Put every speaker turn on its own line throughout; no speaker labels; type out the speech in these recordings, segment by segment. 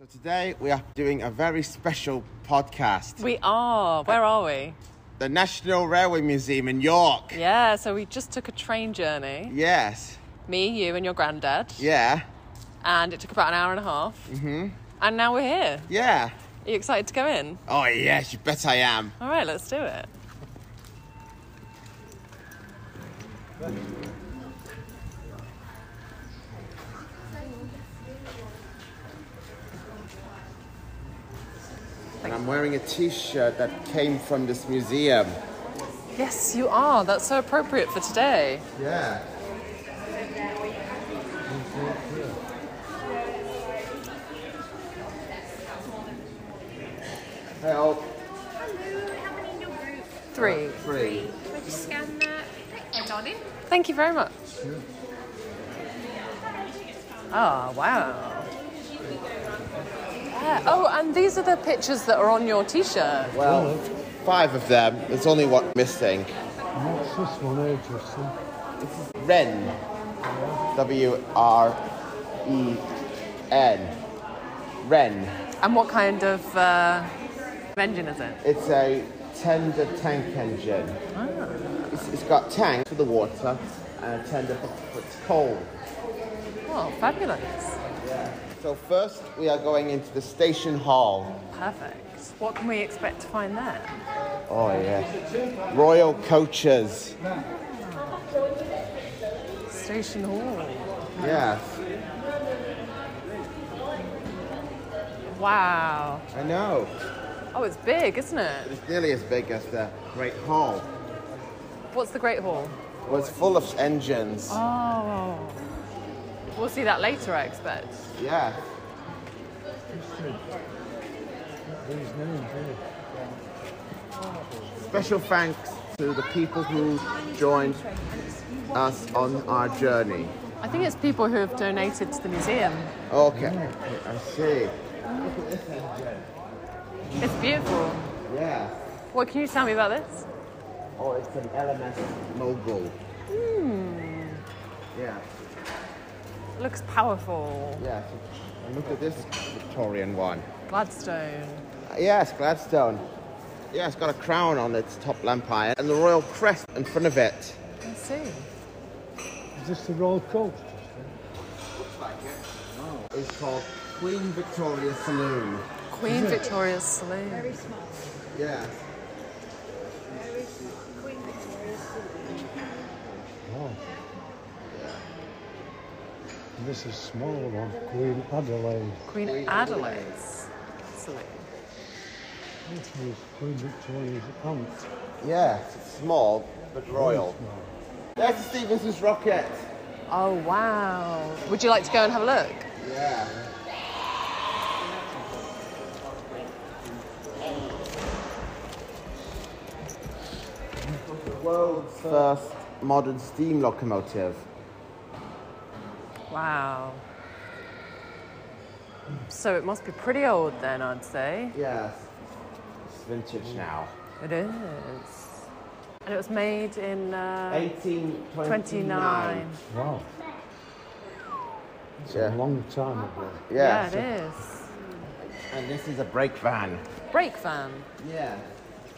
So today we are doing a very special podcast.
We are. Where are we?
The National Railway Museum in York.
Yeah, so we just took a train journey.
Yes.
Me, you, and your granddad.
Yeah.
And it took about an hour and a half. Mm-hmm. And now we're here.
Yeah.
Are you excited to go in?
Oh yes, you bet I am.
All right, let's do it.
And I'm wearing a t-shirt that came from this museum.
Yes, you are. That's so appropriate for today.
Yeah. Help.
Hello, how many in your group?
Three.
Free.
Can I just scan that? Thank you, darling.
Thank you very much. Oh, wow. Yeah. Oh, and these are the pictures that are on your t shirt.
Well, five of them. There's only one missing.
What's this one here, Justin?
Wren. W R E N. Wren.
And what kind of uh, engine is it? Ah.
It's a tender tank engine. It's, it's got tanks for the water and a tender for its coal.
Oh, fabulous.
So first we are going into the station hall.
Perfect. What can we expect to find there?
Oh yeah. Royal coaches.
Station Hall.
Yes.
Wow.
I know.
Oh, it's big, isn't it?
It's nearly as big as the Great Hall.
What's the Great Hall?
Well, it's full of engines.
Oh. We'll see that later, I expect.
Yeah.
Justin. These names here.
Special thanks to the people who joined us on our journey.
I think it's people who have donated to the museum.
Okay. I see.
It's beautiful.
Yeah.
What can you tell me about this?
Oh, it's an LMS mogul. Hmm. Yeah,
It looks powerful.
yeah. so- And look at this Victorian one.
Gladstone.
Uh, Yes, Gladstone. Yeah, it's got a crown on its top lampire and the royal crest in front of it.
Let's see.
Is this the Royal Coach, Justin?
It's called Queen Victoria Saloon.
Queen Victoria's Saloon.
Yeah.
Oh. And this is smaller one, Queen Adelaide.
Queen Adelaide's Saloon.
This is Queen Victoria's aunt.
Yeah, it's small but royal. There's the Stevenson's rocket.
Oh, wow. Would you like to go and have a look?
Yeah. World's first modern steam locomotive.
Wow. So it must be pretty old then, I'd say.
Yes. It's vintage now.
It is. And it was made in uh,
1829.
29.
Wow. It's
Yeah.
a long time ago.
Yeah,
Yes.
it is.
And this is a brake van.
Brake van.
Yeah.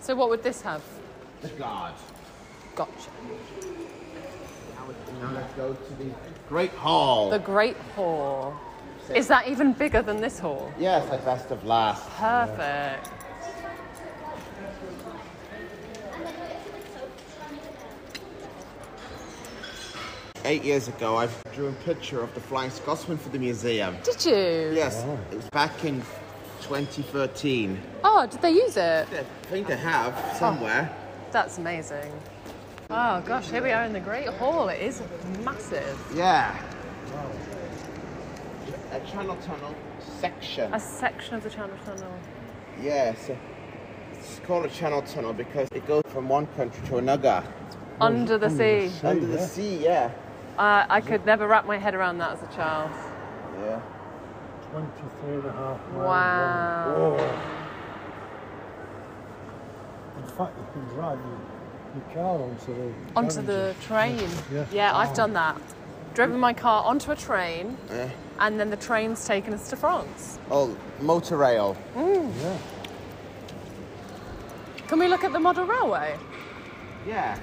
So what would this have?
The guard.
Gotcha.
Now let's go to the Great Hall.
The Great Hall. Is that even bigger than this hall?
yes, at best of last.
Perfect.
Eight years ago, I drew a picture of the Flying Scotsman for the museum.
Did you?
Yes, it was back in 2013.
Oh, did they use it?
I think they have somewhere.
That's amazing. Oh gosh, here we are in the Great Hall. It is massive.
Yeah. A channel tunnel section.
A section of the Channel Tunnel.
Yes. It's called a channel tunnel because it goes from one country to another.
Under the sea.
Under the
yeah.
sea, yeah.
Uh, I could never wrap my head around that as a child.
Yeah.
23 and a half miles
Wow.
long. In fact, you can drive your, your car onto the
Onto
carriages.
the train.
Yeah.
Yeah, I've done that. driven my car onto a train,
Yeah.
and then the train's taken us to France.
Oh, motor rail.
Yeah.
Can we look at the model railway?
Yeah.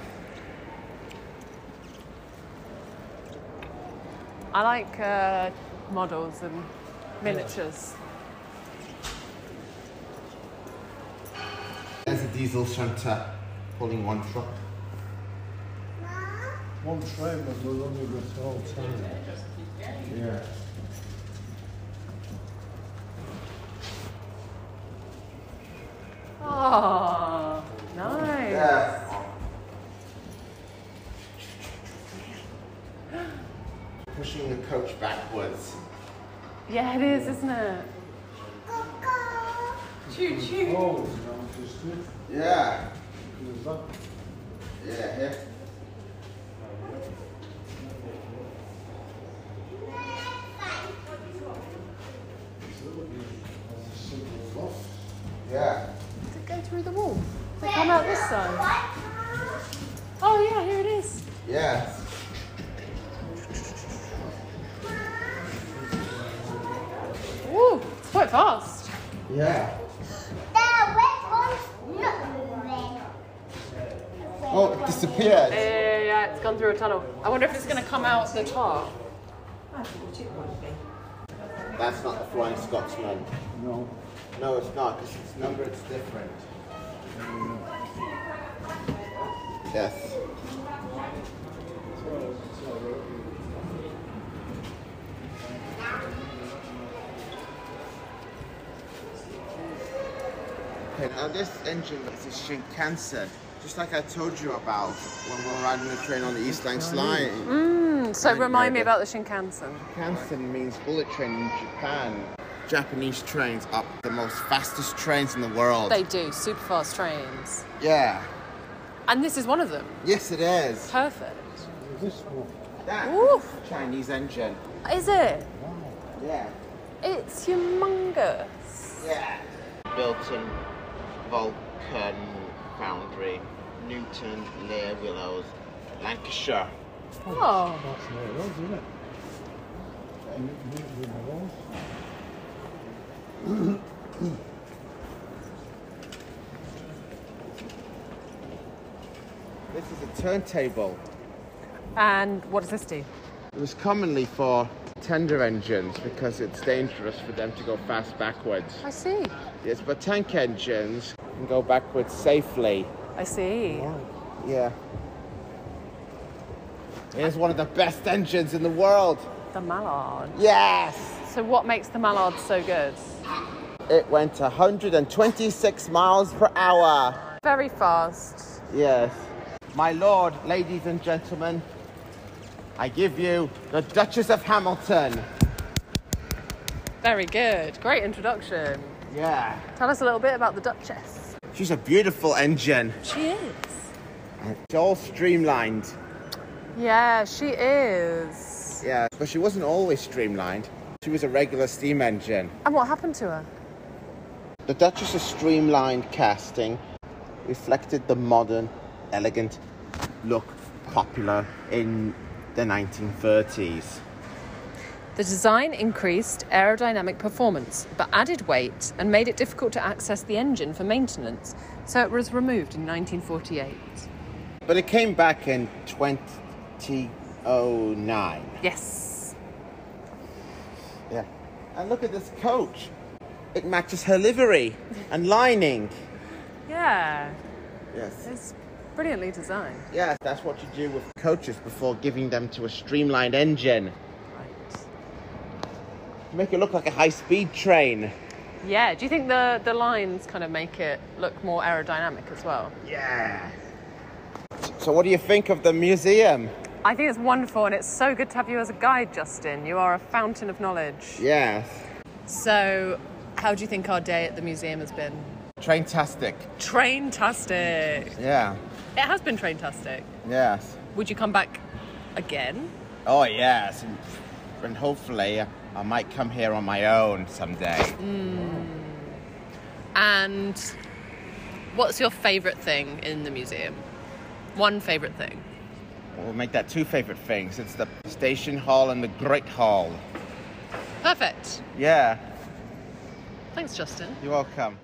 I like uh, models and miniatures.
There's a diesel shunter pulling one truck.
One train was the only good whole time.
Yeah.
Oh, nice.
Yeah. Pushing the coach backwards.
Yeah, it is, isn't it? Choo choo.
Oh, now just it.
Yeah.
Is that?
Yeah, yeah.
a single box.
Yeah.
Does it go through the wall? Does it come out this side? Oh yeah, here it is.
Yeah.
Ooh, it's quite fast.
Yeah. Oh, it disappeared.
Yeah, yeah, it's gone through a tunnel. I wonder if it's going to come out the top.
That's not the Flying Scotsman.
No.
No, it's not, because its number is different. Yes. Okay, now this engine is a Shinkansen, just like I told you about when we were riding the train on the East Lang Line.
So
Kind of
remind me
idea.
about the Shinkansen.
Kansen means bullet train in Japan. Japanese trains are the most fastest trains in the world.
They do super fast trains,
yeah.
and this is one of them.
Yes, it is.
Perfect.
This one.
That
Ooh.
Chinese engine.
Is it?
Yeah.
It's humongous.
Yeah. Built in Vulcan Foundry, Newton, Near Willows, Lancashire.
Oh.
That's not it, was, isn't it? Meet- meet with the walls.
This is a turntable.
And what does this do?
It was commonly for tender engines because it's dangerous for them to go fast backwards.
I see.
Yes, but tank engines can go backwards safely.
I see.
Yeah. It is one of the best engines in the world.
The mallard.
Yes!
So what makes the mallard so good?
It went 126 miles per hour.
Very fast.
Yes. My lord, ladies and gentlemen, I give you the Duchess of Hamilton.
Very good. Great introduction.
Yeah.
Tell us a little bit about the Duchess.
She's a beautiful engine.
She is.
It's all streamlined.
Yeah, she is.
Yeah. But she wasn't always streamlined. She was a regular steam engine.
And what happened to her?
The Duchess's streamlined casting reflected the modern, elegant look popular in the 1930s.
The design increased aerodynamic performance, but added weight and made it difficult to access the engine for maintenance, so it was removed in 1948.
But it came back in 2009.
Yes.
Yeah. And look at this coach. It matches her livery and lining.
Yeah,
Yes.
it's brilliantly designed.
Yes, that's what you do with coaches before giving them to a streamlined engine.
Right.
Make it look like a high speed train.
Yeah, do you think the, the lines kind of make it look more aerodynamic as well?
Yeah. So, what do you think of the museum?
I think it's wonderful and it's so good to have you as a guide, Justin. You are a fountain of knowledge.
Yes.
So, how do you think our day at the museum has been?
Traintastic.
Traintastic.
Yeah.
It has been traintastic.
Yes.
Would you come back again?
Oh yes. And, and hopefully uh, I might come here on my own someday.
And what's your favourite thing in the museum? One favourite thing.
We'll make that two favorite things. It's the station hall and the great hall.
Perfect.
Yeah,
Thanks, Justin.
you're welcome.